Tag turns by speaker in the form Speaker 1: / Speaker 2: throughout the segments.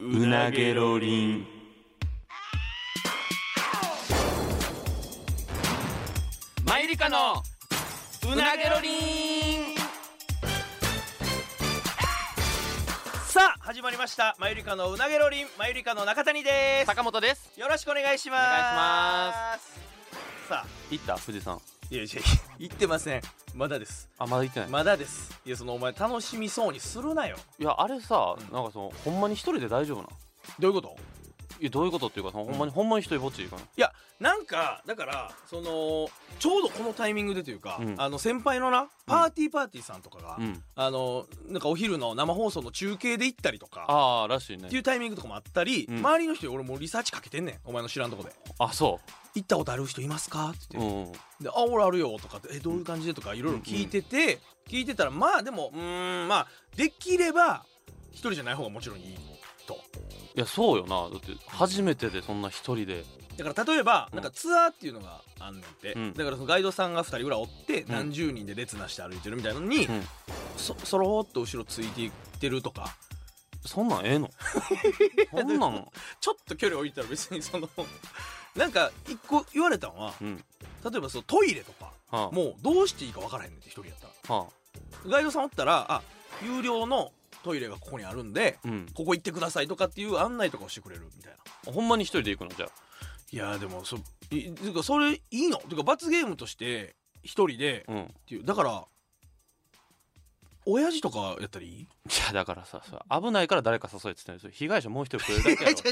Speaker 1: うなげろりん。
Speaker 2: マイリカのうなげろりん
Speaker 3: さあ始まりましたマユリカのうなげろりんマユリカの中谷で
Speaker 2: 坂本です
Speaker 3: すよろしくお願いします
Speaker 2: お願いし
Speaker 3: すさあ
Speaker 2: 行った富士山
Speaker 3: いやいや言ってませんまだです
Speaker 2: あまだ行ってない、
Speaker 3: まだですいやそのお前楽しみそうにするなよ
Speaker 2: いやあれさ、
Speaker 3: うん
Speaker 2: なんかそのほんまに一人で大丈夫なん
Speaker 3: どういうこと
Speaker 2: いやどういうことっていうかそのほんまに、ほんまに一人ぼっちで行かない
Speaker 3: いやなんかだからそのちょうどこのタイミングでというか、
Speaker 2: うん
Speaker 3: あの先輩のなパーティーパーティーさんとかが、
Speaker 2: うん
Speaker 3: あのなんかお昼の生放送の中継で行ったりとか
Speaker 2: ああらしいね
Speaker 3: っていうタイミングとかもあったり、
Speaker 2: うん
Speaker 3: 周りの人に俺もうリサーチかけてんねんお前の知らんとこで
Speaker 2: あそ
Speaker 3: 行ったことある人いますかって
Speaker 2: う
Speaker 3: 言
Speaker 2: う
Speaker 3: って、
Speaker 2: んうん
Speaker 3: であ俺あるよとかってえどういう感じでとかいろいろ聞いてて、聞いてたらまあでもうーんまあできれば一人じゃない方がもちろんいいと
Speaker 2: いやそうよなだって初めてでそんな一人で
Speaker 3: だから例えば
Speaker 2: うん
Speaker 3: なんかツアーっていうのがあんねんて、
Speaker 2: うん
Speaker 3: だからそのガイドさんが2人ぐらいおって
Speaker 2: ん
Speaker 3: 何十人で列なして歩いてるみたいなのに、
Speaker 2: うん
Speaker 3: そそろーっと後ろついていってるとか
Speaker 2: そんなん ええのそんなん
Speaker 3: ちょっと距離置いたら別にその なんか一個言われたのは
Speaker 2: うん
Speaker 3: 例えばそのトイレとか
Speaker 2: はあ
Speaker 3: もうどうしていいか分からへんねんって一人やったら
Speaker 2: は
Speaker 3: ガイドさんおったらあ有料のトイレがここにあるんで
Speaker 2: あうん
Speaker 3: ここ行ってくださいとかっていう案内とかをしてくれるみたいな。
Speaker 2: ほんまに一人で行くのじゃあ
Speaker 3: いやーでもそいてかそれいいのてか罰ゲームとして一人で
Speaker 2: うんい
Speaker 3: っていうだから親父とかやったらいい
Speaker 2: やだからさそれ危ないから誰か誘えっつってんですよ被害者もう一人増えるだけ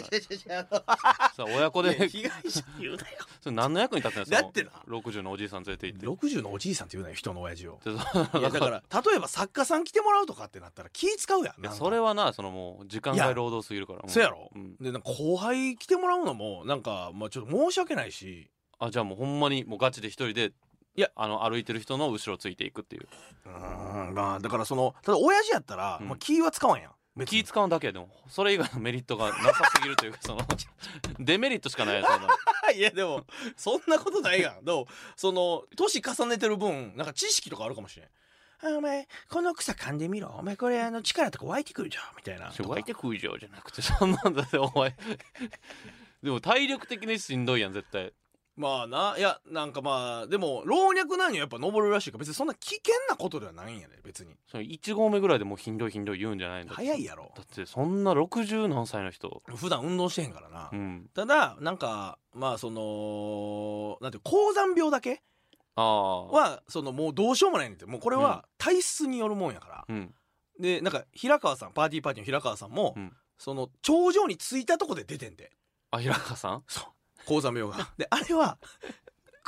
Speaker 2: やろ さ親子で
Speaker 3: 被害者言うなよ
Speaker 2: それ何の役に立つんですか
Speaker 3: だってな
Speaker 2: 60のおじいさん連れて行って
Speaker 3: 60のおじいさんって言うなよ人の親父を
Speaker 2: で
Speaker 3: いやだから例えば作家さん来てもらうとかってなったら気使うやん
Speaker 2: いや
Speaker 3: なんか
Speaker 2: それはなそのもう時間
Speaker 3: い
Speaker 2: 外
Speaker 3: や
Speaker 2: 労働すぎるからも
Speaker 3: そうやろ、
Speaker 2: うん
Speaker 3: でなんか後輩来てもらうのもなんか、まあ、ちょっと申し訳ないし
Speaker 2: あじゃあもうほんまにもうガチで一人でいやあの歩いてる人の後ろついていくっていう
Speaker 3: うーんまあだからそのただ親父やったら、
Speaker 2: うん
Speaker 3: まあ、気は使わんやん別に
Speaker 2: 気使うんだけやでもそれ以外のメリットがなさすぎるというかその デメリットしかないやつやない
Speaker 3: やでもそんなことないやんでもその年重ねてる分なんか知識とかあるかもしれんあお前この草噛んでみろお前これあの力とか湧いてくるじゃんみたいな
Speaker 2: それ湧いて食いじゃうじゃなくてそんなんだってお前でも体力的にしんどいやん絶対
Speaker 3: まあないやなんかまあでも老若男女やっぱ登るらしいから別にそんな危険なことではないんやで別に
Speaker 2: その1合目ぐらいでもうひんどいひんどい言うんじゃないんだって
Speaker 3: 早いやろ
Speaker 2: だってそんな60何歳の人
Speaker 3: 普段運動してへんからな、
Speaker 2: うん
Speaker 3: ただなんかまあそのなんていう高山病だけ
Speaker 2: ああ
Speaker 3: はそのもうどうしようもないねんってもうこれは体質によるもんやから、
Speaker 2: うん
Speaker 3: でなんか平川さんパーティーパーティーの平川さんも、
Speaker 2: うん
Speaker 3: その頂上に着いたとこで出てんで
Speaker 2: あ平川さん
Speaker 3: 高山病 がであれは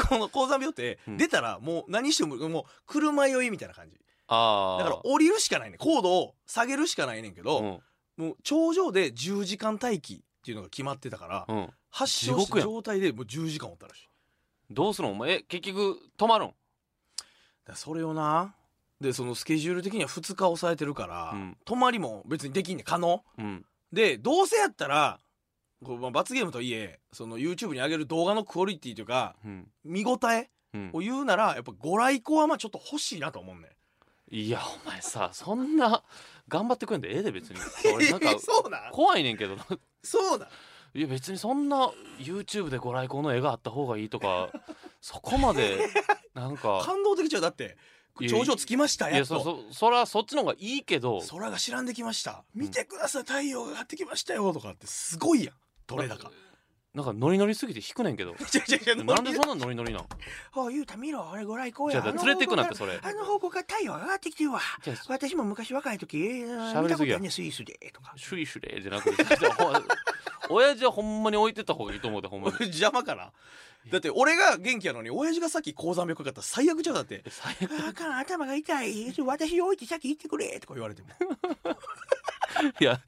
Speaker 3: この高山病って
Speaker 2: うん
Speaker 3: 出たらもう何してももう車酔いみたいな感じ
Speaker 2: あ
Speaker 3: だ
Speaker 2: あ
Speaker 3: から降りるしかないね高度を下げるしかないねんけど、
Speaker 2: うん
Speaker 3: もう頂上で10時間待機っていうのが決まってたから、
Speaker 2: うん
Speaker 3: 発症し
Speaker 2: 地獄
Speaker 3: た
Speaker 2: やん
Speaker 3: 状態でもう10時間おったらしいだ
Speaker 2: どうするのお前え結局止まるん
Speaker 3: からそれをなでそのスケジュール的には2日抑えてるから、
Speaker 2: うん
Speaker 3: 泊まりも別にできんねん可能
Speaker 2: うん
Speaker 3: でどうせやったらこう、まあ、罰ゲームとはいえその YouTube に上げる動画のクオリティというか
Speaker 2: うん
Speaker 3: 見応え
Speaker 2: うん
Speaker 3: を言うならやっぱご来光はまあちょっと欲しいなと思うね
Speaker 2: いやお前さそんな頑張ってくれんでええで別 に俺なんか
Speaker 3: そうなん
Speaker 2: 怖いねんけど
Speaker 3: そうなん
Speaker 2: いや別にそんな YouTube でご来光の絵があった方がいいとか そこまでなん か
Speaker 3: 感動的ちゃうだって
Speaker 2: いや
Speaker 3: 頂上つきました
Speaker 2: い
Speaker 3: や
Speaker 2: や
Speaker 3: っ
Speaker 2: そ
Speaker 3: と
Speaker 2: そそらそっちの方がいいけど
Speaker 3: 空が知らんできました
Speaker 2: うん
Speaker 3: 見てください太陽が張ってきましたよとかってすごいやんどれだか
Speaker 2: なんかノリノリすぎて引くねんけど
Speaker 3: ちゃちゃちゃ
Speaker 2: なんでそん なノリノリなん
Speaker 3: おうゆうた見ろあれご来光
Speaker 2: じゃ
Speaker 3: や
Speaker 2: あ連れてくなって
Speaker 3: あの方向
Speaker 2: それ
Speaker 3: からあの方向から太陽が上がってきてるわ
Speaker 2: じゃあ
Speaker 3: 私も昔若い時えー
Speaker 2: 喋
Speaker 3: 見
Speaker 2: り
Speaker 3: たこ
Speaker 2: すぎ
Speaker 3: と
Speaker 2: や
Speaker 3: あるねスイスでとか
Speaker 2: シュリシュレじゃなくて ちょっとほんま親父はほんまに置いてった方がいいと思うでほんまに
Speaker 3: 俺 邪魔かなだって俺が元気やのに親父がさっき高山病かかったら最悪ちゃうだって
Speaker 2: 最
Speaker 3: 「あかん頭が痛い私に置いて先行ってくれ」とか言われても
Speaker 2: いや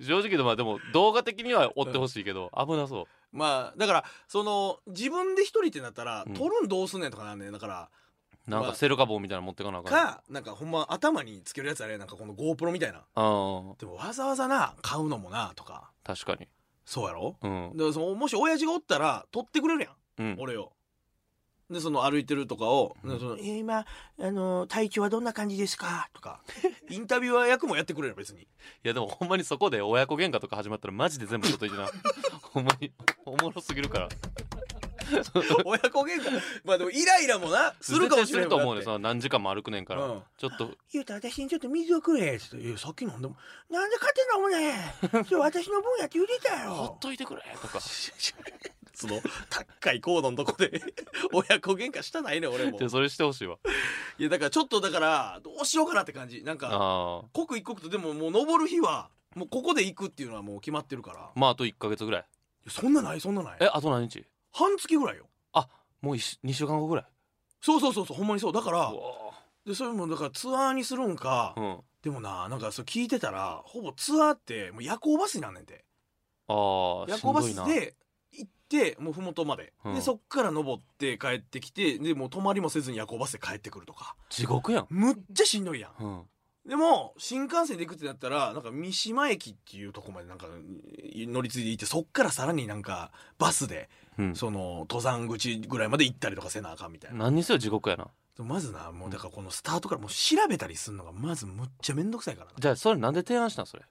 Speaker 2: 正直でまあでも動画的には追ってほしいけど、危なそ
Speaker 3: まあだからその自分で一人ってなったら
Speaker 2: うん
Speaker 3: 取るんどうすんねんとかなんねんだから
Speaker 2: うなんかセルカ棒みたいなの持ってかなあかん
Speaker 3: かなんかほんま頭につけるやつあれなんかこの GoPro みたいな
Speaker 2: うん
Speaker 3: でもわざわざな買うのもなとか
Speaker 2: 確かに
Speaker 3: そうやろ
Speaker 2: うん
Speaker 3: だからそのもし親父がおったら取ってくれるやん
Speaker 2: うん
Speaker 3: 俺をでその歩いてるとかを「でそのえー今あの体調はどんな感じですか?」とか インタビュアー役もやってくれる別 に
Speaker 2: いやでもほんまにそこで親子喧嘩とか始まったらマジで全部ちょっといいな ほんまにおもろすぎるから
Speaker 3: 親子喧嘩まあでもイライラもなするかもしれない
Speaker 2: 絶対すると思うねその何時間も歩くねんから、
Speaker 3: うん
Speaker 2: ちょっと
Speaker 3: ゆうた私にちょっと水をくれ」っつって「いやさっき飲んでもなんで勝手に飲むねんそれ私の分やって言うてた
Speaker 2: ほっ
Speaker 3: よ」
Speaker 2: といてくれとか
Speaker 3: その高い高度のとこで親子喧嘩したないね俺も
Speaker 2: でそれしてほしいわ
Speaker 3: いやだからちょっとだからどうしようかなって感じなんか
Speaker 2: ああ
Speaker 3: 刻一刻とでももう登る日はもうここで行くっていうのはもう決まってるからい
Speaker 2: まああと1か月ぐらい
Speaker 3: やそんなないそんなない
Speaker 2: えあと何日
Speaker 3: 半月ぐらいよ
Speaker 2: もう2週間後ぐらい
Speaker 3: そうそうそうそうほんまにそうだから
Speaker 2: うわ
Speaker 3: でそれもだからツアーにするんか、
Speaker 2: うん
Speaker 3: でもななんかそれ聞いてたらほぼツアーってもう夜行バスになんねんて
Speaker 2: ああ
Speaker 3: 夜
Speaker 2: し
Speaker 3: 行
Speaker 2: んど
Speaker 3: バ
Speaker 2: い
Speaker 3: ス
Speaker 2: な
Speaker 3: で行ってもう麓まで、
Speaker 2: うん
Speaker 3: でそっから登って帰ってきてでもう泊まりもせずに夜行バスで帰ってくるとか
Speaker 2: 地獄やん
Speaker 3: むっちゃしんどいやん
Speaker 2: うん
Speaker 3: でも新幹線で行くってなったらなんか三島駅っていうとこまでなんか乗り継いで行ってそっからさらになんかバスで
Speaker 2: うん
Speaker 3: その登山口ぐらいまで行ったりとかせなあかんみたいな、
Speaker 2: 何にせよ地獄やな
Speaker 3: でもまずなもうだからこのスタートからもう調べたりするのがまずむっちゃめんどくさいからな
Speaker 2: じゃあそれなんで提案したんそれ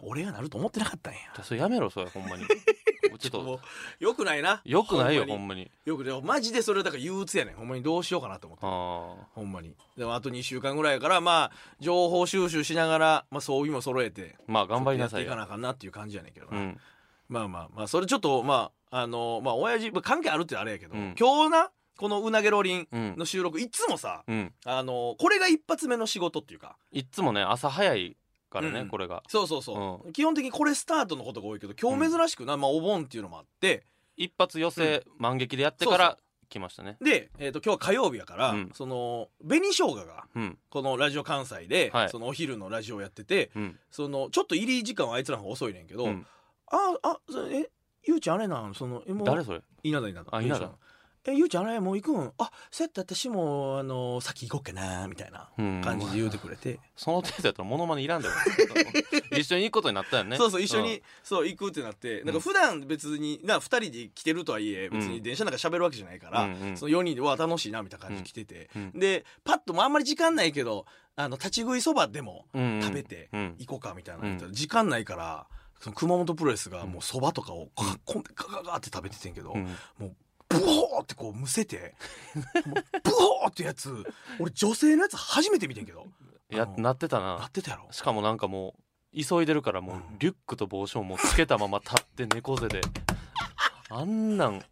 Speaker 3: 俺がなると思ってなかったんや
Speaker 2: じゃあそれやめろそれほん まにもうちょっと
Speaker 3: もうよくないな
Speaker 2: よくないよほ
Speaker 3: ほんまに
Speaker 2: んまに
Speaker 3: よくでもマジでそれだから憂鬱やねんほんまにどうしようかなと思って
Speaker 2: ああ
Speaker 3: ほんまにでもあと2週間ぐらいやからまあ情報収集しながら、まあ、装備も揃えて
Speaker 2: まあ頑張りな
Speaker 3: ちょっとやってい
Speaker 2: さい
Speaker 3: か
Speaker 2: よ
Speaker 3: なあかんなっていう感じやねんけどな、
Speaker 2: うん
Speaker 3: まあまあまあそれちょっとまああのまあ親父まあ関係あるってあれやけど、
Speaker 2: うん
Speaker 3: 今日なこのうなげろりん
Speaker 2: うん
Speaker 3: の収録いつもさ
Speaker 2: うん
Speaker 3: あのこれが一発目の仕事っていうか
Speaker 2: いっつもね朝早いからね、
Speaker 3: うん
Speaker 2: これが
Speaker 3: そうそうそう、基本的にこれスタートのことが多いけど今日珍しくな、まあ、お盆っていうのもあって
Speaker 2: 一発寄せ、満劇でやってか
Speaker 3: そう
Speaker 2: ら来ましたね
Speaker 3: で、えー、と今日は火曜日やから、
Speaker 2: うん
Speaker 3: その紅生姜が
Speaker 2: うん
Speaker 3: このラジオ関西で、
Speaker 2: はい
Speaker 3: そのお昼のラジオやってて
Speaker 2: うん
Speaker 3: そのちょっと入り時間はあいつらの方が遅いねんけど、
Speaker 2: うん
Speaker 3: ああそえゆうちゃんあれなんそのえもう
Speaker 2: 誰それ
Speaker 3: 稲田稲田
Speaker 2: あ
Speaker 3: ゆうちゃん
Speaker 2: 稲
Speaker 3: えゆうちゃんあれもう行くんあそうやって私もあの先行こうかなみたいな
Speaker 2: うん
Speaker 3: 感じで言うてくれて、
Speaker 2: その程度やったらモノマネいらんだよ 一緒に行くことになったよね
Speaker 3: そうそう一緒に、そう行くってなってなんか普段別にな二人で来てるとはいえ別に電車なんか喋るわけじゃないから、
Speaker 2: うんうん
Speaker 3: その4人でわ楽しいなみたいな感じで来てて、
Speaker 2: うん
Speaker 3: でパッともうあんまり時間ないけどあの立ち食いそばでも
Speaker 2: うんうん
Speaker 3: 食べて
Speaker 2: うん
Speaker 3: 行こうかみたいなの言ったら、時間ないからその熊本プロレスがもうそばとかをかっこんでガガガって食べててんけど、
Speaker 2: うん
Speaker 3: ブホーってこうむせてもうブホーってやつ俺女性のやつ初めて見てんけどあ
Speaker 2: や
Speaker 3: の
Speaker 2: なってた
Speaker 3: な
Speaker 2: な
Speaker 3: ってたやろ
Speaker 2: しかもなんかもう急いでるからもう
Speaker 3: うん
Speaker 2: リュックと帽子をもうつけたまま立って 猫背であんなん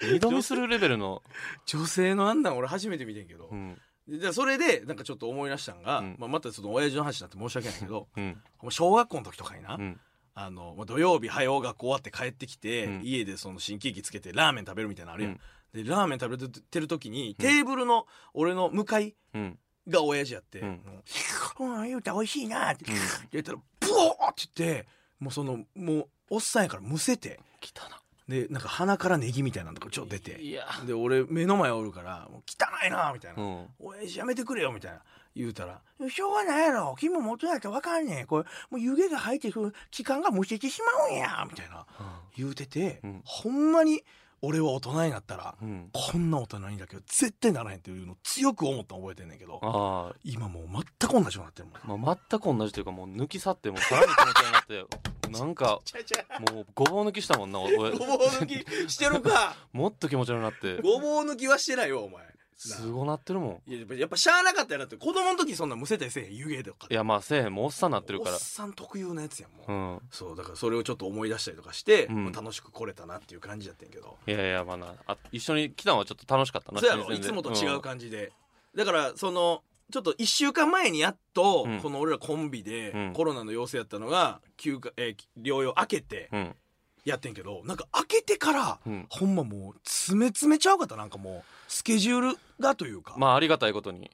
Speaker 2: 二度見するレベルの、
Speaker 3: 女性のあんなん俺初めて見てんけど
Speaker 2: う、ん
Speaker 3: ででそれでなんかちょっと思い出したんが、
Speaker 2: うん
Speaker 3: まあ、またちょっと親父の話になって申し訳ないけど
Speaker 2: うん
Speaker 3: もう小学校の時とかにな、
Speaker 2: うん、
Speaker 3: あのまあ土曜日早う学校終わって帰ってきて、
Speaker 2: うん
Speaker 3: 家でその新喜劇つけてラーメン食べるみたいなのあるやん、
Speaker 2: うん
Speaker 3: でラーメン食べてる時にテーブルの俺の向かい
Speaker 2: うん、
Speaker 3: が親父やって「
Speaker 2: う
Speaker 3: うんん、うん、 言うたら美味しいな」って
Speaker 2: うん
Speaker 3: 言ったら「ブオー!」って言ってもうそのもうおっさんやからむせて
Speaker 2: 来たな
Speaker 3: でなんか鼻からネギみたいなのとかちょっと出て
Speaker 2: いや
Speaker 3: で俺目の前おるから「もう汚いな」みたいな
Speaker 2: うん
Speaker 3: 「親父やめてくれよ」みたいな言うたら「しょうがないやろ君も元やったらわかんねえこれもう湯気が入ってくる期間がむせてしまうんや」みたいな言うてて、
Speaker 2: うん
Speaker 3: ほんまに俺は大人になったら。
Speaker 2: うん
Speaker 3: こんな大人にだけど絶対ならへんっていうのを強く思ったの覚えてんねんけど
Speaker 2: あ
Speaker 3: 今もう全く同じようになってるもん
Speaker 2: あ、まあ、全く同じというかもう抜き去ってもうさらに気持ちになってなんか
Speaker 3: ちゃちゃ
Speaker 2: もうごぼう抜きしたもんなおお
Speaker 3: ごぼう抜きしてる か
Speaker 2: もっと気持ち悪くなって
Speaker 3: ごぼう抜きはしてないよお前
Speaker 2: すごなってるも
Speaker 3: いややっぱやっぱしゃあなかったやなって子供の時そんなむせたりせえへん湯気とか
Speaker 2: んいやまあせえへんもうおっさんなってるか
Speaker 3: お
Speaker 2: ら
Speaker 3: っさん特有のやつやんもう、
Speaker 2: うん
Speaker 3: そうだからそれをちょっと思い出したりとかして、
Speaker 2: うん
Speaker 3: まあ楽しく来れたなっていう感じやってんけど
Speaker 2: いやいやまあなあ一緒に来たのはちょっと楽しかったな
Speaker 3: そうやろい
Speaker 2: 新
Speaker 3: つ
Speaker 2: 鮮
Speaker 3: も
Speaker 2: で
Speaker 3: と違う感じで、だからそのちょっと1週間前にやっと、
Speaker 2: うん
Speaker 3: この俺らコンビで、
Speaker 2: うん
Speaker 3: コロナの陽性やったのが休暇、えー療養明けて
Speaker 2: うん
Speaker 3: やってんけどなんか明けてから、
Speaker 2: うん
Speaker 3: ほんまもう詰め詰めちゃうかったなんかもうスケジュールがというか
Speaker 2: まあありがたいことに、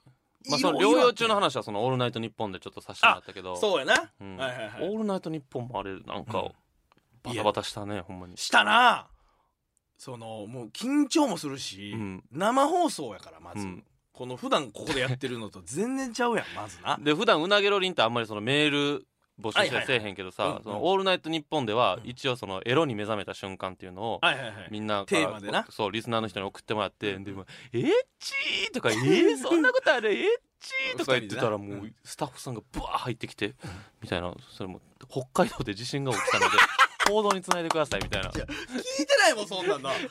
Speaker 2: まあ、その療養中の話はその「オールナイトニッポン」でちょっとさせてもらったけど
Speaker 3: そうやな、
Speaker 2: うん
Speaker 3: はいはいはい
Speaker 2: オールナイトニッポン」もあれなん
Speaker 3: うん
Speaker 2: かバタバタしたねほんまに
Speaker 3: したなそのもう緊張もするし、
Speaker 2: うん
Speaker 3: 生放送やからまず、
Speaker 2: うん
Speaker 3: この普段ここでやってるのと全然ちゃうやんまずな
Speaker 2: で普段うなげろりんってあんまりそのメール募集
Speaker 3: はいはい
Speaker 2: せ
Speaker 3: はい
Speaker 2: せえへんけどさ、
Speaker 3: うんうん
Speaker 2: そのオールナイトニッポン」では、
Speaker 3: うん
Speaker 2: 一応そのエロに目覚めた瞬間っていうのを、
Speaker 3: はいはいはい
Speaker 2: みんなから
Speaker 3: テーマでな
Speaker 2: そうリスナーの人に送ってもらって、でも「エッチー!」とか 「えー、そんなことあるエッチー!」とか言ってたら
Speaker 3: 二人でなう
Speaker 2: もうスタッフさんがブワー入ってきてみたいなそれも北海道で地震が起 きたので報道につないでくださいみたいな「エッチ
Speaker 3: 聞いてないもんそんなん な
Speaker 2: ー!」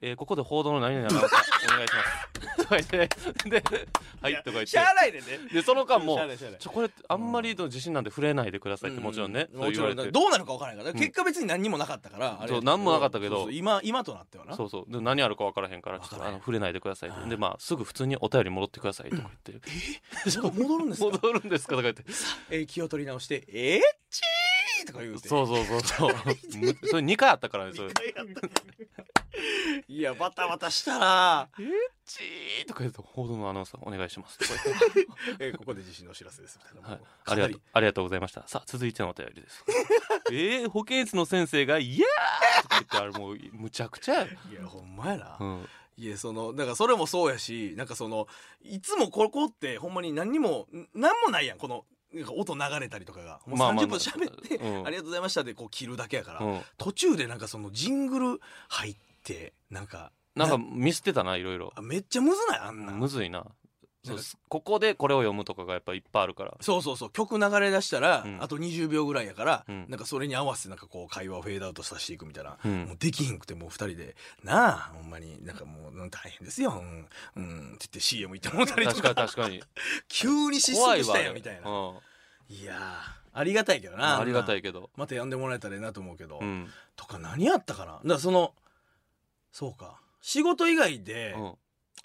Speaker 2: えーここで報道の何々アナウンサーお願いします」 とか言ってで「はい」とか言っ
Speaker 3: しゃあ
Speaker 2: て
Speaker 3: ないでね
Speaker 2: でその間も
Speaker 3: しゃあないしゃあない
Speaker 2: ちょこれあんまりの地震なんで触れないでくださいってもちろんね、
Speaker 3: う
Speaker 2: そう
Speaker 3: もち
Speaker 2: 言わ
Speaker 3: ろ
Speaker 2: れ
Speaker 3: ん
Speaker 2: て
Speaker 3: だどうなるか分からないから、
Speaker 2: うん
Speaker 3: 結果別に何にもなかったからあれや
Speaker 2: そう何もなかったけど
Speaker 3: そうそう今今となってはな
Speaker 2: そうそうで何あるか分からへんからちょっ
Speaker 3: 分
Speaker 2: と
Speaker 3: からへ
Speaker 2: あ
Speaker 3: ん
Speaker 2: の触れないでください
Speaker 3: はい
Speaker 2: でまあすぐ普通にお便り戻ってくださいとか言って
Speaker 3: そう 戻るんですか
Speaker 2: 戻るんですかとか言って
Speaker 3: えー気を取り直して「えっちー!」とか言うて
Speaker 2: そうそうそう そうむそれ2回あったからねそれ
Speaker 3: 一回やった いやバタバタしたな
Speaker 2: チー とか言って報道のアナウンサーお願いしますとか言って
Speaker 3: えーここで地震のお知らせですみたいな、
Speaker 2: はい
Speaker 3: もう
Speaker 2: ありがとうありがとうございましたさあ続いてのお便りです えー、保健室の先生が「いやー!」とか言ってあれもうむちゃくちゃ
Speaker 3: か
Speaker 2: や、
Speaker 3: なりいやほんまやな、
Speaker 2: うん、
Speaker 3: いやそのだからそれもそうやしなんかそのいつもここってほんまに何にもん何もないやんこのなんか音流れたりとかがもう
Speaker 2: まあまあ
Speaker 3: 30分喋って、
Speaker 2: うん
Speaker 3: ありがとうございましたでこう切るだけやから、
Speaker 2: うん、
Speaker 3: 途中でなんかそのジングル入ってなんか
Speaker 2: なんかミスってたないろいろ
Speaker 3: あめっちゃむずないあんな、
Speaker 2: むずいなそう
Speaker 3: なんか
Speaker 2: ここでこれを読むとかがやっぱいっぱいあるから
Speaker 3: そうそうそう曲流れ出したら、
Speaker 2: うん
Speaker 3: あと20秒ぐらいやから、
Speaker 2: うん
Speaker 3: なんかそれに合わせてなんかこう会話をフェードアウトさせていくみたいな、
Speaker 2: うん
Speaker 3: もうできひんくてもう2人で「なあほんまになんかもううん大変ですようん」うん、って言って CM 行ってもらったりと
Speaker 2: 確か
Speaker 3: か
Speaker 2: に確かに
Speaker 3: 急に失
Speaker 2: 怖
Speaker 3: 速
Speaker 2: い
Speaker 3: し
Speaker 2: わ
Speaker 3: た
Speaker 2: あ
Speaker 3: や
Speaker 2: れ
Speaker 3: みたいな、
Speaker 2: うん
Speaker 3: いやーありがたいけどな
Speaker 2: ありがた
Speaker 3: い
Speaker 2: いけど
Speaker 3: また呼んでもらえたらいいなと思うけど、
Speaker 2: うん
Speaker 3: とか何やったかなだからそのそうか仕事以外で
Speaker 2: うん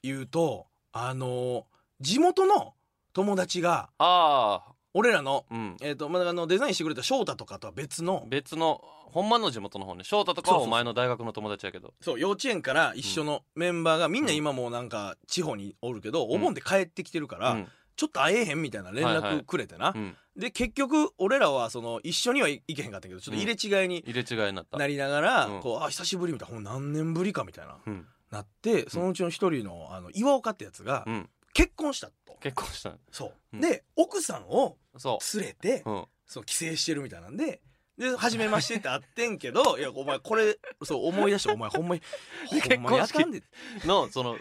Speaker 3: 言うと、あの地元の友達が
Speaker 2: ああ
Speaker 3: 俺らの
Speaker 2: うん
Speaker 3: えーとまあ、あのデザインしてくれた翔太とかとは別の
Speaker 2: 別のほんまの地元の方ね翔太とかは
Speaker 3: そうそうそう
Speaker 2: お前の大学の友達やけど
Speaker 3: そう幼稚園から一緒のメンバーがみんな今もうなんか地方におるけど、お盆で帰ってきてるから、
Speaker 2: うん
Speaker 3: ちょっと会えへんみたいな連
Speaker 2: はいは
Speaker 3: 絡
Speaker 2: い
Speaker 3: くれてな、
Speaker 2: うん
Speaker 3: で結局俺らはその一緒にはい行けへんかったけどちょっと入れ違いに
Speaker 2: 入れ違いになった
Speaker 3: なりながら、
Speaker 2: うん
Speaker 3: こうあ久しぶりみたいなほんま何年ぶりかみたいな
Speaker 2: うん
Speaker 3: なってそのうちの一人のあの岩岡ってやつが
Speaker 2: うん
Speaker 3: 結婚したと。
Speaker 2: 結婚した
Speaker 3: そう
Speaker 2: うん
Speaker 3: で奥さんを
Speaker 2: そ
Speaker 3: 連れて、
Speaker 2: ううん
Speaker 3: そう帰省してるみたいなんで。で初めましてって会ってんけ どいやお前これそう思い出してお前ほんまにほんまにやったんで、
Speaker 2: のその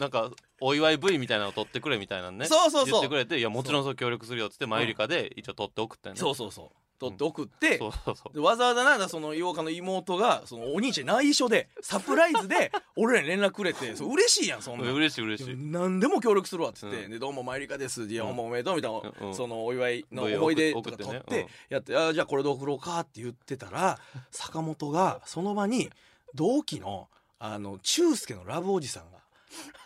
Speaker 2: なんかお祝い V みたいなのを取ってくれみたいなのね
Speaker 3: そうそう
Speaker 2: 言っ
Speaker 3: そ
Speaker 2: て
Speaker 3: う
Speaker 2: くれていやもちろんそう協力するよっつってマユリカで一応取って送ったんやね
Speaker 3: そうそうそう取って送って、
Speaker 2: そうそうそう
Speaker 3: でわざわざなんだその洋歌の妹がそのお兄ちゃんに内緒でサプライズで俺らに連絡くれてそう嬉しいやんそんなん
Speaker 2: 嬉しい嬉しい
Speaker 3: 何でも協力するわっつって、
Speaker 2: うん
Speaker 3: でどうもマユリカですいや
Speaker 2: う
Speaker 3: ほ
Speaker 2: ん
Speaker 3: んまおめでとうみたいな、
Speaker 2: うん
Speaker 3: そのお祝いの思い出とか取
Speaker 2: 送
Speaker 3: っ
Speaker 2: ってね
Speaker 3: てやって、あじゃあこれで送ろうかって言ってたら坂本がその場に同期のあの中介のラブおじさんがっ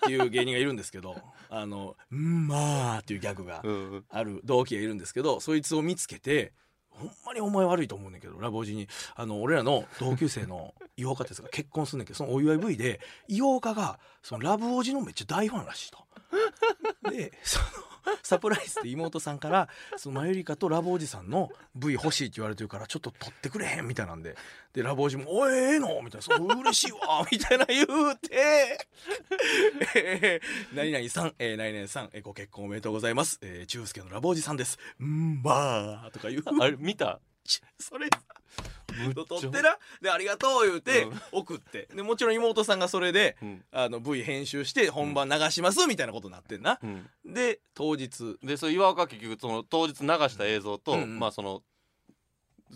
Speaker 3: ていう芸人がいるんですけ ど「あのうんまあ」っていうギャグが
Speaker 2: うんうん
Speaker 3: ある同期がいるんですけどそいつを見つけて「ほんまにお前悪いと思うねんけどラブおじにあの俺らの同級生の岩岡哲が結婚すんねんけどそのお祝い V で岩岡がそのラブおじのめっちゃ大ファンらしいと。でそのサプライズで妹さんからそのマユリカとラブおじさんの V 欲しいって言われてるからちょっと取ってくれへんみたいなんででラブおじも「おいええの?」みたいな「そう嬉しいわ」みたいな言うて。えー何々さん、えー、何々さん、えーご結婚おめでとうございます。えー、中介のラボおじさんです。うんばーとか言う。
Speaker 2: あれ見た
Speaker 3: それ
Speaker 2: むっちゃ
Speaker 3: 撮ってな。で、ありがとう言うて、
Speaker 2: うん
Speaker 3: 送って。で、もちろん妹さんがそれで、
Speaker 2: うん
Speaker 3: あの、V 編集して本番流しますみたいなことになってんな。
Speaker 2: うん
Speaker 3: で、当日。
Speaker 2: でそう岩岡は結局その当日流した映像と、
Speaker 3: うんうん
Speaker 2: まあその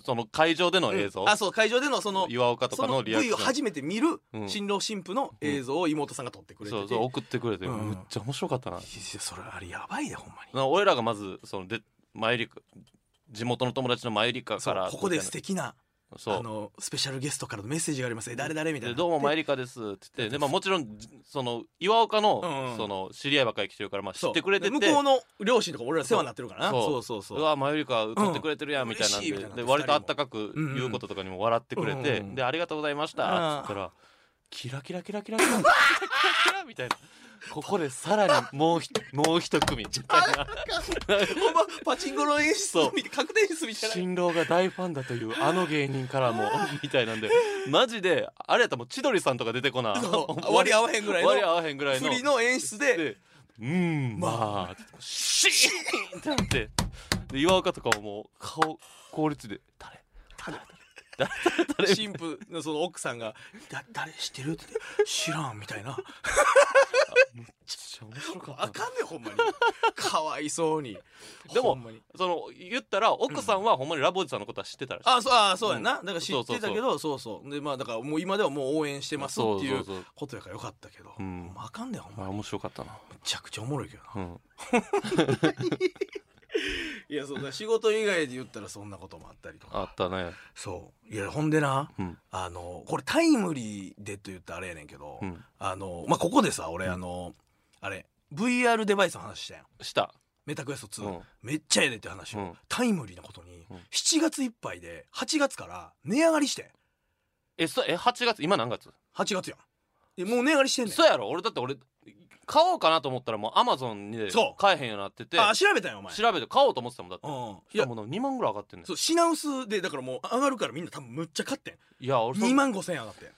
Speaker 2: その会場での映像、
Speaker 3: うんあ、そう、会場でのその、
Speaker 2: 岩岡と
Speaker 3: そ
Speaker 2: か
Speaker 3: の
Speaker 2: のリアク
Speaker 3: V
Speaker 2: シ
Speaker 3: を
Speaker 2: ョン
Speaker 3: 初めて見る
Speaker 2: うん
Speaker 3: 新郎新婦の映像を妹さんが撮ってくれてて、
Speaker 2: そうそう送ってくれて、
Speaker 3: うん
Speaker 2: むっちゃ面白かったない
Speaker 3: やそれあれやばいでほんまに。
Speaker 2: な俺らがまずそのでマユリカ地元の友達のマユリカ
Speaker 3: そ
Speaker 2: か
Speaker 3: う
Speaker 2: ら
Speaker 3: ここで素
Speaker 2: みたい
Speaker 3: 敵な
Speaker 2: な
Speaker 3: あ
Speaker 2: そう
Speaker 3: のスペシャルゲストからのメッセージがありますね誰誰みたい
Speaker 2: で
Speaker 3: な
Speaker 2: どうもマユリカですって言ってで、まあ、もちろんじその岩岡の,、
Speaker 3: うんうん
Speaker 2: その知り合いばっかり来てるから、まあ、知
Speaker 3: そう
Speaker 2: ってくれてて
Speaker 3: 向こうの両親とか俺ら世話になってるからな
Speaker 2: そう
Speaker 3: そうそう
Speaker 2: うわマユリカ歌ってくれてるやん、
Speaker 3: うん
Speaker 2: みたいなんで
Speaker 3: 嬉しいみたいな
Speaker 2: で
Speaker 3: 二人も
Speaker 2: 割とあったかく言うこととかにも笑ってくれて、
Speaker 3: うんうん
Speaker 2: で「ありがとうございました」
Speaker 3: あー
Speaker 2: っつったら「キラキラキラキラキラキラキラキラ」みたいなここでさらにもうひもう一組みたいな
Speaker 3: ほんまパチンコの演出を見て確定演出みたいな
Speaker 2: 新郎が大ファンだと いうあの芸人からもみたいなんでマジであれやったらもう千鳥さんとか出てこな
Speaker 3: そう割り合わへんぐらいの
Speaker 2: 割合わへんぐらいの
Speaker 3: 振りの演出で
Speaker 2: でうーんまあってシーンってなってで岩岡とかはもう顔効率で「誰誰
Speaker 3: 神父のその奥さんが「だ誰知ってる?」って言って「知らん」みたい な
Speaker 2: めっちゃ面白か
Speaker 3: あ
Speaker 2: った
Speaker 3: かんねんほんまにかわいそうに
Speaker 2: でも
Speaker 3: ほんまに
Speaker 2: その言ったら奥さんはほんまにラボジさんのことは知ってたらしい、
Speaker 3: あそうあそうやな、だから知
Speaker 2: そう
Speaker 3: っ
Speaker 2: そうそう
Speaker 3: てたけどそうそうでまあだからもう今ではもう応援してますってい
Speaker 2: そううそうそう
Speaker 3: ことやからよかったけど、
Speaker 2: うん
Speaker 3: もうあかんねんほん
Speaker 2: ま
Speaker 3: ま
Speaker 2: あ面白かったな
Speaker 3: むちゃくちゃおもろいけどな
Speaker 2: うん
Speaker 3: いやそうだ仕事以外で言ったらそんなこともあったりと
Speaker 2: あ
Speaker 3: か
Speaker 2: ったね
Speaker 3: そういやほんでな
Speaker 2: うん
Speaker 3: あのこれタイムリーでと言ったらあれやねんけど、
Speaker 2: うん
Speaker 3: あのまあここでさ俺あの、あれ VR デバイスの話したやん
Speaker 2: した
Speaker 3: メタクエスト2、
Speaker 2: うん
Speaker 3: めっちゃええでって話を、
Speaker 2: うん
Speaker 3: タイムリーなことに、
Speaker 2: うん
Speaker 3: 7月いっぱいで8月から値上がりしてん
Speaker 2: えそえ8月今何月
Speaker 3: 8月やんえもう値上がりしてんねん
Speaker 2: そうやろ俺だって俺買おうかなと思ったらもうアマゾンで
Speaker 3: そう
Speaker 2: 買えへんようになってて
Speaker 3: あ調べたんよお前
Speaker 2: 調べて買おうと思ってたもんだって
Speaker 3: うんい
Speaker 2: いや
Speaker 3: や
Speaker 2: もう2万ぐらい上がってんねん
Speaker 3: そう品薄でだからもう上がるからみんな多分むっちゃ買ってん
Speaker 2: いや俺そ
Speaker 3: 2万5千円上がってん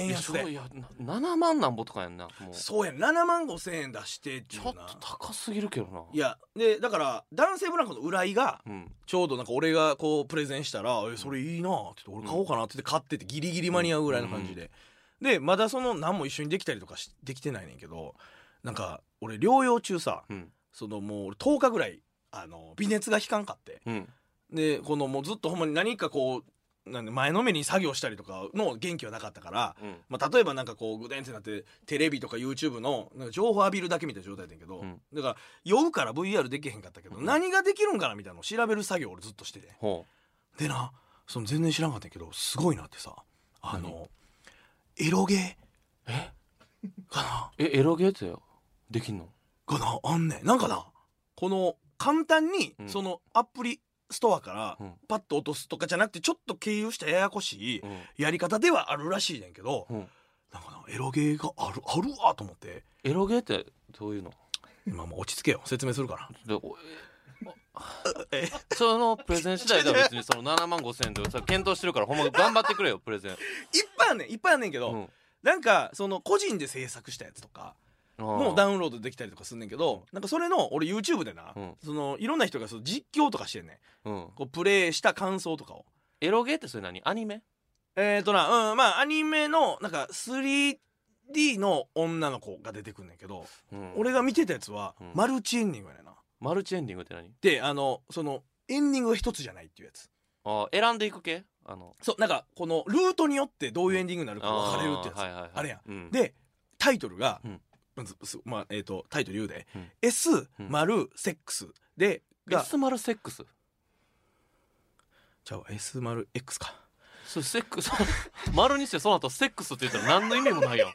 Speaker 3: 円
Speaker 2: いや
Speaker 3: 安
Speaker 2: そう
Speaker 3: で
Speaker 2: いやな7万なんぼとかやんなもうち
Speaker 3: そうやん7万5千円出してっていう
Speaker 2: ょっと
Speaker 3: な
Speaker 2: 高すぎるけどない
Speaker 3: やでだから男性ブランコの浦井が
Speaker 2: うん
Speaker 3: ちょうどなんか俺がこうプレゼンしたら「えそれいいな」って言って「俺買おうかな」って言って買っててギリギリ間に合うぐらいの感じで、でまだその何も一緒にできたりとかしできてないねんけどなんか俺療養中さ
Speaker 2: うん
Speaker 3: そのもう俺10日ぐらいあの微熱が引かんかって
Speaker 2: うん
Speaker 3: でこのもうずっとほんまに何かこうなんで前のめりに作業したりとかの元気はなかったから、
Speaker 2: うん
Speaker 3: まあ、例えばなんかこうグデンってなってテレビとか YouTube のなんか情報浴びるだけみたいな状態だけど、
Speaker 2: うん
Speaker 3: だから酔うから VR できへんかったけど、
Speaker 2: うん
Speaker 3: 何ができるんかなみたいなのを調べる作業を俺ずっとしてて
Speaker 2: ほ
Speaker 3: でなその全然知らんかったんやけどすごいなってさあのエロゲ
Speaker 2: うえ
Speaker 3: ーか
Speaker 2: えエロゲーってできんの
Speaker 3: なかなあんねんなんかなこの簡単に
Speaker 2: うん
Speaker 3: そのアプリストアから
Speaker 2: うん
Speaker 3: パッと落とすとかじゃなくてちょっと経由したややこしい
Speaker 2: うん
Speaker 3: やり方ではあるらしいねんけど、
Speaker 2: うん
Speaker 3: なんかなエロゲーがあるあるわと思って
Speaker 2: エロゲーってどういうの
Speaker 3: 今もう落ち着けよ説明するから
Speaker 2: でお
Speaker 3: え
Speaker 2: そのプレゼン次第では別にその7万5千円でそれ検討してるからほんま頑張ってくれよプレゼン、
Speaker 3: いっぱいあんねんいっぱいあんねんけど、
Speaker 2: うん、
Speaker 3: なんかその個人で制作したやつとか
Speaker 2: も
Speaker 3: もダウンロードできたりとかすんねんけどなんかそれの俺 YouTube でな、
Speaker 2: うん
Speaker 3: そのいろんな人がその実況とかしてんねん
Speaker 2: うん、
Speaker 3: こうプレイした感想とかを
Speaker 2: エロゲーってそれ何アニメ
Speaker 3: えーとなうんまあアニメのなんか 3D の女の子が出てくんねんけど、
Speaker 2: うん
Speaker 3: 俺が見てたやつは
Speaker 2: うん
Speaker 3: マルチエンディングやねんな、
Speaker 2: マルチエンディングって何
Speaker 3: であのそのエンディングが一つじゃないっていうやつ
Speaker 2: あー選んでいく系あの
Speaker 3: そうなんかこのルートによってどういうエンディングになるか分かれるってやつ、
Speaker 2: あーはいはいはい
Speaker 3: あれや
Speaker 2: うん、
Speaker 3: でタイトルが、
Speaker 2: うん
Speaker 3: まずすまあえー、とタイトル言うで、
Speaker 2: うん
Speaker 3: S
Speaker 2: うん
Speaker 3: 丸セックスでが、
Speaker 2: S マルセックス
Speaker 3: じゃあ S 丸 X か
Speaker 2: それセックス 丸にしてその後セックスって言ったら何の意味もないやん S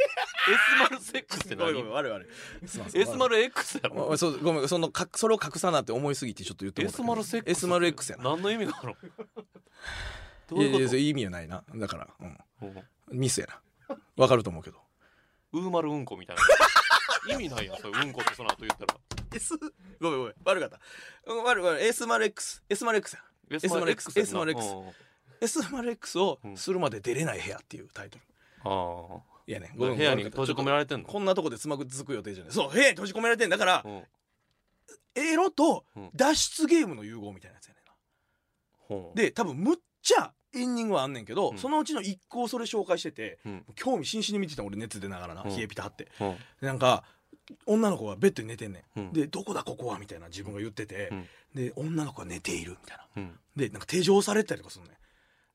Speaker 2: マルセックスって
Speaker 3: ごめんごめん
Speaker 2: 何
Speaker 3: 悪い悪いすいません
Speaker 2: S マル X や
Speaker 3: まあ
Speaker 2: ろ
Speaker 3: まあそうごめんそのかそれを隠さなって思いすぎてちょっと言ってもら
Speaker 2: S マルセックス
Speaker 3: S 丸 X やな
Speaker 2: 何の意味があるのど う
Speaker 3: いやい
Speaker 2: いう
Speaker 3: や
Speaker 2: こと
Speaker 3: そう意味はないなだから、
Speaker 2: うん
Speaker 3: うん、ミスやなわかると思うけど
Speaker 2: ウーマルうんこみたいな意味ないやんそれうんこってその後言ったら
Speaker 3: S ごめんごめん悪かった、うん、悪い悪い S 丸 XS 丸 X や
Speaker 2: S マル X やんな
Speaker 3: S マル X
Speaker 2: うん
Speaker 3: S 丸 X を
Speaker 2: うん
Speaker 3: するまで出れない部屋っていうタイトル、
Speaker 2: あ
Speaker 3: いやね
Speaker 2: あ
Speaker 3: ごめん
Speaker 2: 部屋に閉じ込め
Speaker 3: れ
Speaker 2: られてんの
Speaker 3: こんなとこでつまぐつく予定じゃないそう部屋に閉じ込められてんだから
Speaker 2: うん
Speaker 3: エロと
Speaker 2: うん
Speaker 3: 脱出ゲームの融合みたいなやつやねんな
Speaker 2: ほう
Speaker 3: で多分むっちゃエンディングはあんねんけど、
Speaker 2: うん
Speaker 3: そのうちの一個をそれ紹介してて
Speaker 2: うん
Speaker 3: 興味津々に見てた俺熱出ながらな、
Speaker 2: うん
Speaker 3: 冷えピタって
Speaker 2: うん
Speaker 3: でなんか女の子がベッドに寝てんね、
Speaker 2: うんん
Speaker 3: で「どこだここは」みたいな自分が言ってて、
Speaker 2: うん
Speaker 3: で女の子が寝ているみたいな
Speaker 2: うん
Speaker 3: でなんか手錠されてたりとかするねん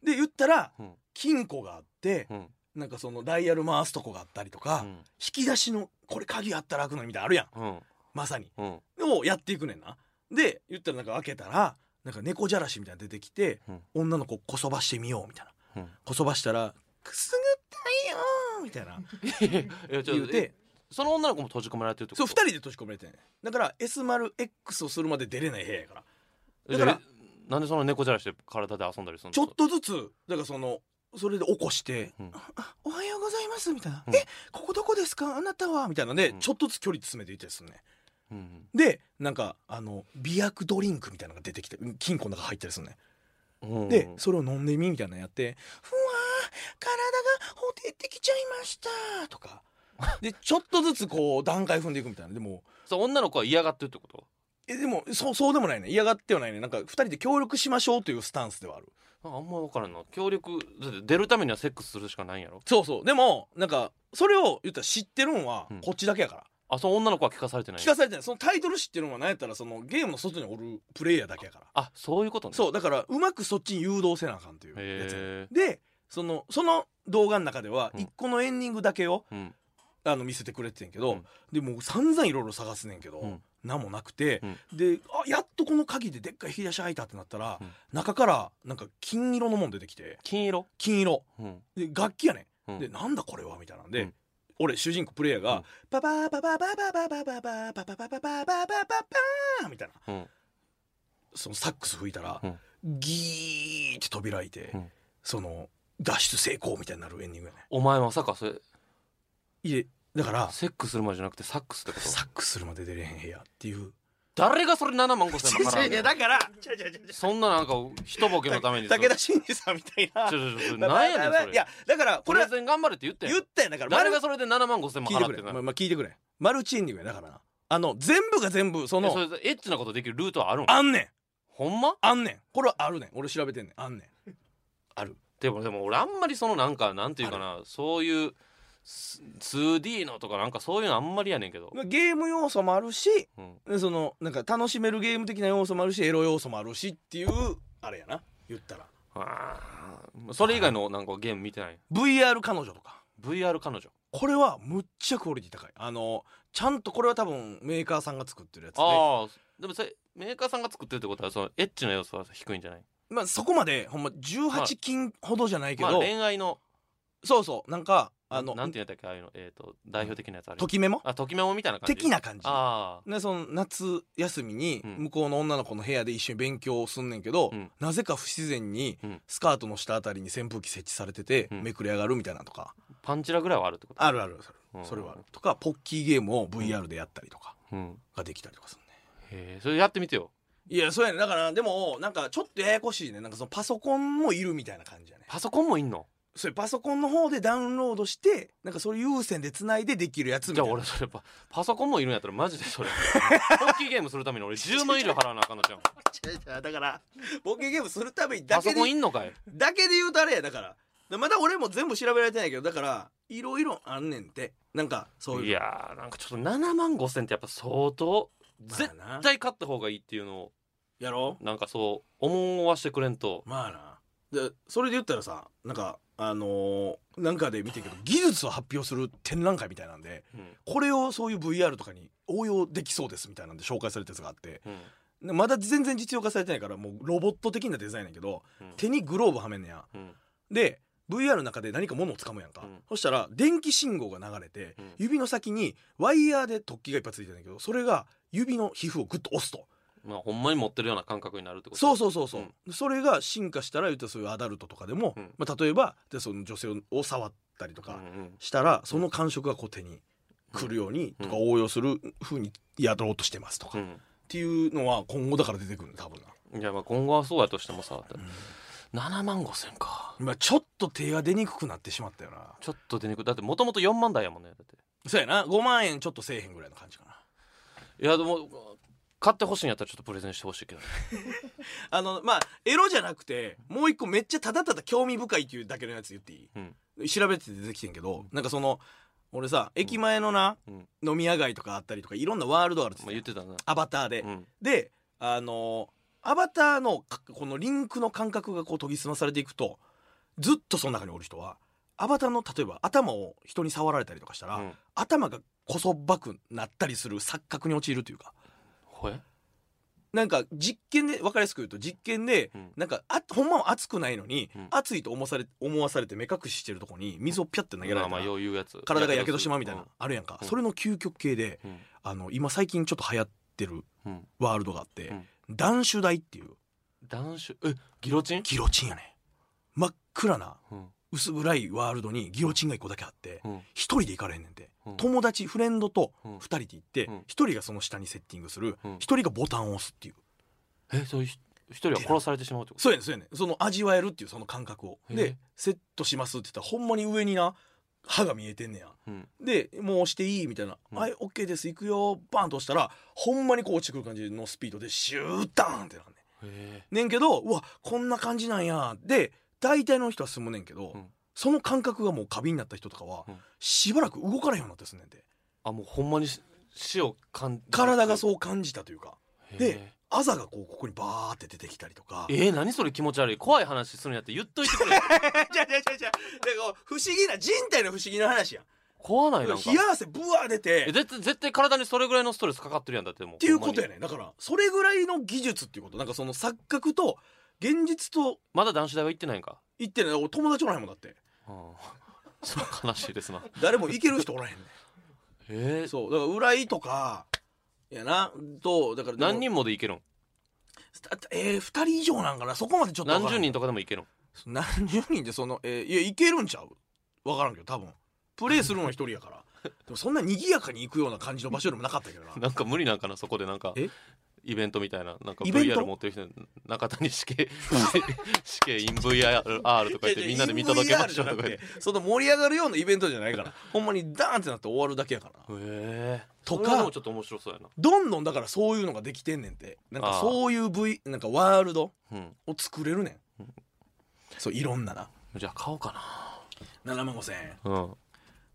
Speaker 3: で言ったら
Speaker 2: うん
Speaker 3: 金庫があって、
Speaker 2: うん
Speaker 3: なんかそのダイヤル回すとこがあったりとか、
Speaker 2: うん
Speaker 3: 引き出しのこれ鍵あったら開くのにみたいなのあるやん
Speaker 2: うん
Speaker 3: まさに
Speaker 2: うん
Speaker 3: でもやっていくねんなで言ったらなんか開けたらなんか猫じゃらしみたいなの出てきて、
Speaker 2: うん
Speaker 3: 女の子こそばしてみようみたいな
Speaker 2: うん
Speaker 3: こそばしたら「くすぐったいよー」みたいない
Speaker 2: やちょ
Speaker 3: 言うて
Speaker 2: その女の子も閉じ込められてるってこ
Speaker 3: そ
Speaker 2: と
Speaker 3: う2人で閉じ込められてんねんだから S 丸 X をするまで出れない部屋やからだ
Speaker 2: だ
Speaker 3: か
Speaker 2: かららなんでその猫じゃらしで体で遊んだりするの
Speaker 3: ちょっとずつだからそのそれで起こして
Speaker 2: うん
Speaker 3: 「おはようございます」みたいな「
Speaker 2: うん
Speaker 3: えここどこですかあなたは」みたいなので、
Speaker 2: うん
Speaker 3: ちょっとずつ距離詰めていったりするね
Speaker 2: うん
Speaker 3: でなんかあの美薬ドリンクみたいなのが出てきてうん金庫の中入ったりするね
Speaker 2: うん
Speaker 3: でそれを飲んでみみたいなのやって「ふわー体がほてってきちゃいました」と かでちょっとずつこう段階踏んでいくみたいなでも
Speaker 2: そう女の子は嫌がってるってこと
Speaker 3: えでもそうそうでもないね嫌がってはないねなんか2人で協力しましょうというスタンスではある
Speaker 2: なんかあんま分からんな協力だって出るためにはセックスするしかないんやろ
Speaker 3: そうそうでもなんかそれを言ったら知ってるんは
Speaker 2: うん
Speaker 3: こっちだけやから、
Speaker 2: あその女の子は聞かされてない
Speaker 3: 聞かされてないそのタイトル知ってるんは何やったらそのゲームの外におるプレイヤーだけやから
Speaker 2: あそういうことね
Speaker 3: そうだからうまくそっちに誘導せなあかんというやつやね
Speaker 2: へえ
Speaker 3: でそのその動画の中では
Speaker 2: うん
Speaker 3: 1個のエンディングだけを、
Speaker 2: うん
Speaker 3: あの見せてくれてんけど、
Speaker 2: うん
Speaker 3: でもう散々いろいろ探すねんけど、
Speaker 2: うん
Speaker 3: 何もなくて、
Speaker 2: う
Speaker 3: であやっとこの鍵ででっかい引き出し開いたってなったら、
Speaker 2: うん
Speaker 3: 中からなんか金色のもん出てきて
Speaker 2: 金色
Speaker 3: 金色
Speaker 2: うん
Speaker 3: で楽器やね、
Speaker 2: うんん
Speaker 3: でなんだこれはみたいなんで、
Speaker 2: うん
Speaker 3: 俺主人公プレイヤー
Speaker 2: う
Speaker 3: が
Speaker 2: ん
Speaker 3: 「パパパパパパパパパパパパパパパパパパパ」みたいな
Speaker 2: うん
Speaker 3: そのサックス吹いたら、
Speaker 2: うん
Speaker 3: ギーって扉開いて、
Speaker 2: うん
Speaker 3: その脱出成功みたいになるエンディングやね
Speaker 2: お前まさかそれ
Speaker 3: いえだから
Speaker 2: セックスするまでじゃなくてサックスってこと
Speaker 3: サックスするまで出れへん部屋っていう
Speaker 2: 誰がそれ7万5千円払 うの
Speaker 3: だから
Speaker 2: そんななんか一ボケのために
Speaker 3: 武田真治さんみたいな
Speaker 2: ちょちょちょ何やねんそれ
Speaker 3: いやだからこ
Speaker 2: プ
Speaker 3: れ
Speaker 2: レ
Speaker 3: は
Speaker 2: ゼン頑張れって言って
Speaker 3: 言ったやんだから
Speaker 2: 誰が
Speaker 3: マル
Speaker 2: それで7万5千円も
Speaker 3: 聞いて
Speaker 2: 払
Speaker 3: く
Speaker 2: っ
Speaker 3: れ
Speaker 2: てんの
Speaker 3: まあまあ聞いてくれマルチエンディングやだからなあの全部が全部そ
Speaker 2: えそ
Speaker 3: の
Speaker 2: れでエッチなことできるルートはあるん
Speaker 3: あんねん
Speaker 2: ほんま
Speaker 3: あんねんこれはあるねん俺調べてんねんあんねんある
Speaker 2: でもでも俺あんまりそのなんかなんていうかなそういうす 2D のとかなんかそういうのあんまりやねんけど、
Speaker 3: ゲーム要素もあるし
Speaker 2: うん、
Speaker 3: でそのなんか楽しめるゲーム的な要素もあるしエロ要素もあるしっていうあれやな言ったら
Speaker 2: あーそれ以外のなんかゲーム見てない
Speaker 3: VR 彼女とか
Speaker 2: VR 彼女
Speaker 3: これはむっちゃクオリティ高いあのちゃんとこれは多分メーカーさんが作ってるやつで
Speaker 2: ああでもそれメーカーさんが作ってるってことはそのエッチな要素は低いんじゃない
Speaker 3: まあそこまでほんま18金ほどじゃないけ
Speaker 2: まあ
Speaker 3: ど、
Speaker 2: 恋愛の
Speaker 3: そうそうなんかあ
Speaker 2: あ
Speaker 3: の
Speaker 2: のなんていうんだっけああいうのえっ、と代表的なやつある
Speaker 3: ときめも
Speaker 2: あときめもみたいな感じ
Speaker 3: 的な感じ
Speaker 2: ああ
Speaker 3: でその夏休みに
Speaker 2: うん
Speaker 3: 向こうの女の子の部屋で一緒に勉強をすんねんけど、
Speaker 2: うん
Speaker 3: なぜか不自然に
Speaker 2: うん
Speaker 3: スカートの下あたりに扇風機設置されてて、
Speaker 2: うん
Speaker 3: めくれ上がるみたいなのとか
Speaker 2: パンチラぐらいはあるってこと
Speaker 3: あるあるそれ,、
Speaker 2: うん
Speaker 3: それはあるとかポッキーゲームを VR でやったりとか
Speaker 2: うんへ
Speaker 3: ができたりとかするね
Speaker 2: えそれやってみてよ
Speaker 3: いやそうやねだからでもなんかちょっとややこしいねなんかそのパソコンもいるみたいな感じやね
Speaker 2: パソコンもいんの
Speaker 3: それパソコンの方でダウンロードしてなんかそれ有線でつないでできるやつみ
Speaker 2: じ
Speaker 3: た
Speaker 2: ゃ
Speaker 3: い
Speaker 2: あ
Speaker 3: な
Speaker 2: 俺それパパソコンもいるんやったらマジでそ れポッキーゲームするために俺10万以上払わなあかんのじゃん
Speaker 3: だからボケゲームするためにだ
Speaker 2: パ
Speaker 3: け
Speaker 2: ソ
Speaker 3: で
Speaker 2: コンいんのかい
Speaker 3: だけで言うとあれやだからだからまだ俺も全部調べられてないけどだからいろいろあんねんてなんかそういう
Speaker 2: いやーなんかちょっと7万5千ってやっぱ相当
Speaker 3: ま
Speaker 2: 絶
Speaker 3: あな
Speaker 2: 対勝った方がいいっていうのを
Speaker 3: やろ
Speaker 2: なんかそう思わしてくれんと
Speaker 3: まあなでそれで言ったらさなんかあのーなんかで見てるけど技術を発表する展覧会みたいなんで
Speaker 2: うん
Speaker 3: これをそういう VR とかに応用できそうですみたいなんで紹介されたやつがあって
Speaker 2: うん
Speaker 3: でまだ全然実用化されてないからもうロボット的なデザインやけど
Speaker 2: うん
Speaker 3: 手にグローブはめんねや
Speaker 2: うん
Speaker 3: で VR の中で何か物を掴むやんか、
Speaker 2: うん
Speaker 3: そしたら電気信号が流れて、
Speaker 2: うん
Speaker 3: 指の先にワイヤーで突起がいっぱいついてるんだけどそれが指の皮膚をグッと押すと
Speaker 2: まあほんまに持ってるような感覚になるってこと
Speaker 3: そうそうそうそう、
Speaker 2: う
Speaker 3: それが進化したら言ったらそういうアダルトとかでも、
Speaker 2: うん
Speaker 3: まあ、例えばでその女性を触ったりとか
Speaker 2: うんうん
Speaker 3: したら、その感触がこう手に来るようにとか応用する風にやろうとしてますとか、
Speaker 2: う
Speaker 3: っ
Speaker 2: ん
Speaker 3: ていうのは今後だから出てくるんだ多分な、
Speaker 2: いやまあ今後はそうやとしてもさ7万5千か
Speaker 3: まあ、ちょっと手が出にくくなってしまったよな
Speaker 2: ちょっと出にくいだってもともと4万台やもんねだって
Speaker 3: そうやな5万円ちょっとせえへんぐらいの感じかない
Speaker 2: やでも買ってほしいんやったらちょっとプレゼンしてほしいけどね
Speaker 3: あのまあエロじゃなくてもう一個めっちゃただただ興味深いっていうだけのやつ言ってい
Speaker 2: うん
Speaker 3: い調べて出てきてんけどなんかその俺さ駅前のな、
Speaker 2: うん
Speaker 3: 飲み屋街とかあったりとかいろんなワールドあるっつっ
Speaker 2: まあ
Speaker 3: て
Speaker 2: 言ってたな
Speaker 3: アバターで、
Speaker 2: うん
Speaker 3: であのアバターのかこのリンクの感覚がこう研ぎ澄まされていくとずっとその中におる人はアバターの例えば頭を人に触られたりとかしたら、
Speaker 2: うん
Speaker 3: 頭がこそばくなったりする錯覚に陥るというか
Speaker 2: ほえ
Speaker 3: なんか実験で分かりやすく言うと実験で
Speaker 2: うん
Speaker 3: なんかあほんまは熱くないのに、
Speaker 2: うん
Speaker 3: 熱いと思わされ思わされて目隠ししてるとこに水をピャって投げられた
Speaker 2: まあまあ
Speaker 3: ら
Speaker 2: よう言うやつ
Speaker 3: 体がやけどしまうみたいな、あるやんか、
Speaker 2: うん
Speaker 3: それの究極系で
Speaker 2: うん
Speaker 3: あの今最近ちょっと流行ってる
Speaker 2: うん
Speaker 3: ワールドがあって、
Speaker 2: うん
Speaker 3: 断酒台っていう
Speaker 2: 断酒えギロチン
Speaker 3: ギロチンやね真っ暗な
Speaker 2: うん
Speaker 3: 薄暗いワールドにギロチンが1個だけあって
Speaker 2: うん
Speaker 3: 一人で行かれへんねんて、
Speaker 2: うん
Speaker 3: 友達フレンドと
Speaker 2: うん
Speaker 3: 2人で行って
Speaker 2: うん
Speaker 3: 一人がその下にセッティングする
Speaker 2: うん
Speaker 3: 一人がボタンを押すっていう
Speaker 2: えそういうひ一人は殺されてしまうってこと
Speaker 3: そうやねんそうやねんその味わえるっていうその感覚を
Speaker 2: へえ
Speaker 3: でセットしますって言ったらほんまに上にな歯が見えてんねや
Speaker 2: うん
Speaker 3: でもう押していいみたいな「
Speaker 2: うん
Speaker 3: はいオッケーです行くよ」バンと押したらほんまにこう落ちてくる感じのスピードでシューターンってなんねん
Speaker 2: へ
Speaker 3: ねんけどうわこんな感じなんやで大体の人は進むねんけど、
Speaker 2: うん
Speaker 3: その感覚がもう過敏になった人とかは、
Speaker 2: うん
Speaker 3: しばらく動かれへんようになってすんねんで
Speaker 2: あもうほんまにし死を感じ
Speaker 3: 体がそうう感じたというかであざがこうここにバーって出てきたりとか
Speaker 2: えー、何それ気持ち悪い怖い話するんやって言っといてくれ
Speaker 3: じゃじゃじゃじゃ不思議な人体の不思議な話やん
Speaker 2: 怖ないなんか
Speaker 3: 冷や汗ブワー出て
Speaker 2: え
Speaker 3: っ
Speaker 2: 絶対絶対体にそれぐらいのストレスかかってるやんだってもうって
Speaker 3: いうことや
Speaker 2: ね
Speaker 3: ねんだからそれぐらいの技術っていうことなんかその錯覚と現実と
Speaker 2: まだ男子大は行ってないんか、
Speaker 3: 言ってない俺友達おらへんもんだって
Speaker 2: うん、それは悲しい ですな
Speaker 3: 誰もいける人おらへんねん
Speaker 2: えー、
Speaker 3: そうだから浦井とかやなとだからでも
Speaker 2: 何人もで行けるん
Speaker 3: あえー、2人以上なんかなそこまでちょっとわ
Speaker 2: 何
Speaker 3: からん
Speaker 2: 十人とかでも行けるん
Speaker 3: 何十人でそのえーいやいけるんちゃう分からんけど多分プレイするのは一人やから でもそんな賑やかに行くような感じの場所でもなかったけどな
Speaker 2: なんか無理なんかなそこでなんか
Speaker 3: え
Speaker 2: イベントみたいななんか
Speaker 3: イベント
Speaker 2: VR 持ってる人中谷死刑 死刑 in VRR とか言ってみんなで見届けましょうとか言って。
Speaker 3: その盛り上がるようなイベントじゃないからほんまにダーンってなって終わるだけやからな
Speaker 2: へえ
Speaker 3: とか
Speaker 2: それはでもちょっと面白そうやな
Speaker 3: どんどんだからそういうのができてんねんてなんか
Speaker 2: あー
Speaker 3: そういう V なんかワールド
Speaker 2: うん
Speaker 3: を作れるねんそういろんなな
Speaker 2: じゃあ買おうか
Speaker 3: 7万5000円
Speaker 2: なうん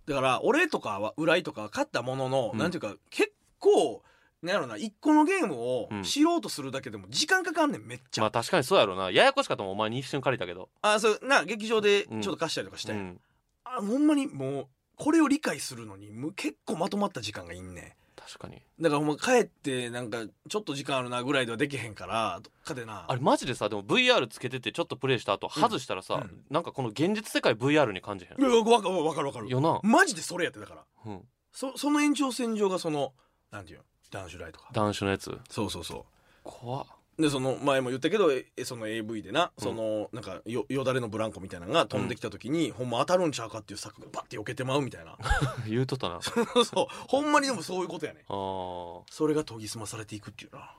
Speaker 3: だから俺とかは浦井とかは勝ったものの、
Speaker 2: うん
Speaker 3: なんていうか結構なんやろな一個のゲームを
Speaker 2: うん
Speaker 3: 知ろうとするだけでも時間かかんねんめっちゃ、
Speaker 2: まあ確かにそうやろうなややこしかったもんお前に一瞬借りたけど
Speaker 3: あそうな劇場でちょっ
Speaker 2: うん
Speaker 3: と貸したりとかして、
Speaker 2: うん
Speaker 3: あほんまにもうこれを理解するのにむ結構まとまった時間がいんね
Speaker 2: 確かに
Speaker 3: んだからほんま帰ってなんかちょっと時間あるなぐらいではできへんからどっかでな
Speaker 2: あれマジでさでも VR つけててちょっとプレイした後外したらさ
Speaker 3: うん
Speaker 2: なんかこの現実世界 VR に感じへ
Speaker 3: いやわかわかるわか
Speaker 2: ん
Speaker 3: る
Speaker 2: よな
Speaker 3: マジでそれやってだから
Speaker 2: うん
Speaker 3: そその延長線上がそのなんていうの男子ライとか
Speaker 2: 男子のやつ
Speaker 3: そうそうそう
Speaker 2: 怖っ
Speaker 3: でその前も言ったけどえその AV でな、
Speaker 2: うん
Speaker 3: そのなんかよよだれのブランコみたいなのが飛んできた時に、ほんま当たるんちゃうかっていう策がバッて避けてまうみたいな
Speaker 2: 言うとったなあ
Speaker 3: そうそうほんまにでもそういうことやね
Speaker 2: ー
Speaker 3: それが研ぎ澄まされていくっていうな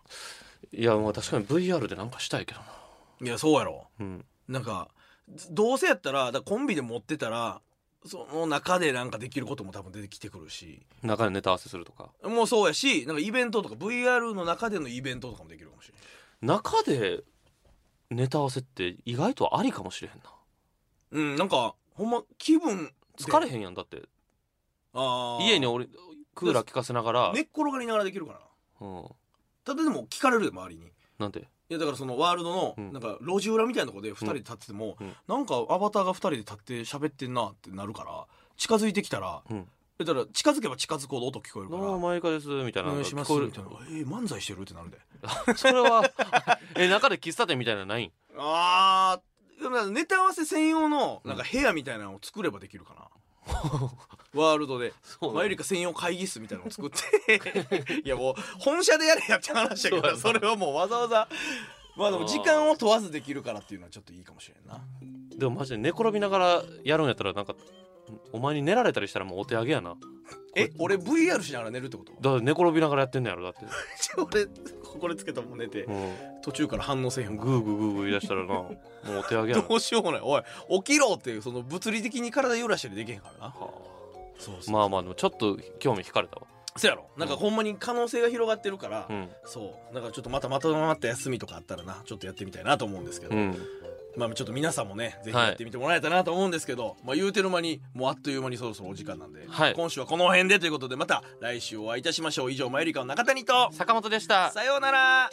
Speaker 3: い
Speaker 2: やまあ確かに VR でなんかしたいけどない
Speaker 3: やそうやろ
Speaker 2: うん
Speaker 3: なんかずどうせやったらだからコンビで持ってたらその中でなんかできることも多分出てきてくるし
Speaker 2: 中でネタ合わせするとか
Speaker 3: もうそうやしなんかイベントとか VR の中でのイベントとかもできるかもしれない
Speaker 2: 中でネタ合わせって意外とありかもしれへんな
Speaker 3: うんなんかほんま気分で
Speaker 2: 疲れへんやんだって
Speaker 3: あー
Speaker 2: 家に俺クーラー効かせながら、
Speaker 3: 寝っ転がりながらできるから
Speaker 2: うん、
Speaker 3: ただでも聞かれるで周りに
Speaker 2: なんで
Speaker 3: いやだからそのワールドの
Speaker 2: うん
Speaker 3: なんか路地裏みたいなとこで2人で立ってても、
Speaker 2: うん
Speaker 3: なんかアバターが2人で立って喋ってんなってなるから近づいてきたら、
Speaker 2: うん
Speaker 3: だから近づけば近づくほど音聞こえ
Speaker 2: 「
Speaker 3: るか
Speaker 2: ど
Speaker 3: ら
Speaker 2: うも
Speaker 3: 「
Speaker 2: マイカです」みたいな
Speaker 3: お願
Speaker 2: のが
Speaker 3: いしま
Speaker 2: 聞
Speaker 3: す」
Speaker 2: こえ
Speaker 3: み
Speaker 2: る
Speaker 3: たいな「えー、漫才してる?」ってなるで
Speaker 2: それは え中で喫茶店みたいなのない
Speaker 3: あーでもネタ合わせ専用のなんか部屋みたいなのを作ればできるかな、 ワールドで
Speaker 2: そう
Speaker 3: マユリカ専用会議室みたいなのを作って いやもう本社でやれやって話だけ
Speaker 2: そうや
Speaker 3: ど
Speaker 2: な
Speaker 3: それはもうわざわざまあでも時間を問わずできるからっていうのはちょっといいかもしれんな
Speaker 2: でもマジで寝転びながらやるんやったらなんかお前に寝られたりしたらもうお手上げやな
Speaker 3: え俺 VR しながら寝るってこと
Speaker 2: だから寝転びながらやってんのやろだって、
Speaker 3: 俺これつけたもん寝て
Speaker 2: うん、
Speaker 3: 途中から反応せえへん
Speaker 2: グーグーグーグー言い出したらなもうお 手上げやな
Speaker 3: どうしようもないおい起きろっていうその物理的に体揺らしたりできへんからな
Speaker 2: は
Speaker 3: そう
Speaker 2: あ
Speaker 3: そう
Speaker 2: まあまあでもちょっと興味惹かれたわ
Speaker 3: そうやろなんかほんまに可能性が広がってるから、
Speaker 2: うん
Speaker 3: そうだからちょっとまたまとまった休みとかあったらなちょっとやってみたいなと思うんですけど、
Speaker 2: うん
Speaker 3: まあちょっと皆さんもねぜひ
Speaker 2: はい
Speaker 3: やってみてもらえたらなと思うんですけど、まあ言うてる間にもうあっという間にそろそろお時間なんで、
Speaker 2: はい
Speaker 3: 今週はこの辺でということでまた来週お会いいたしましょう以上マユリカの中谷と
Speaker 2: 坂本でした
Speaker 3: さようなら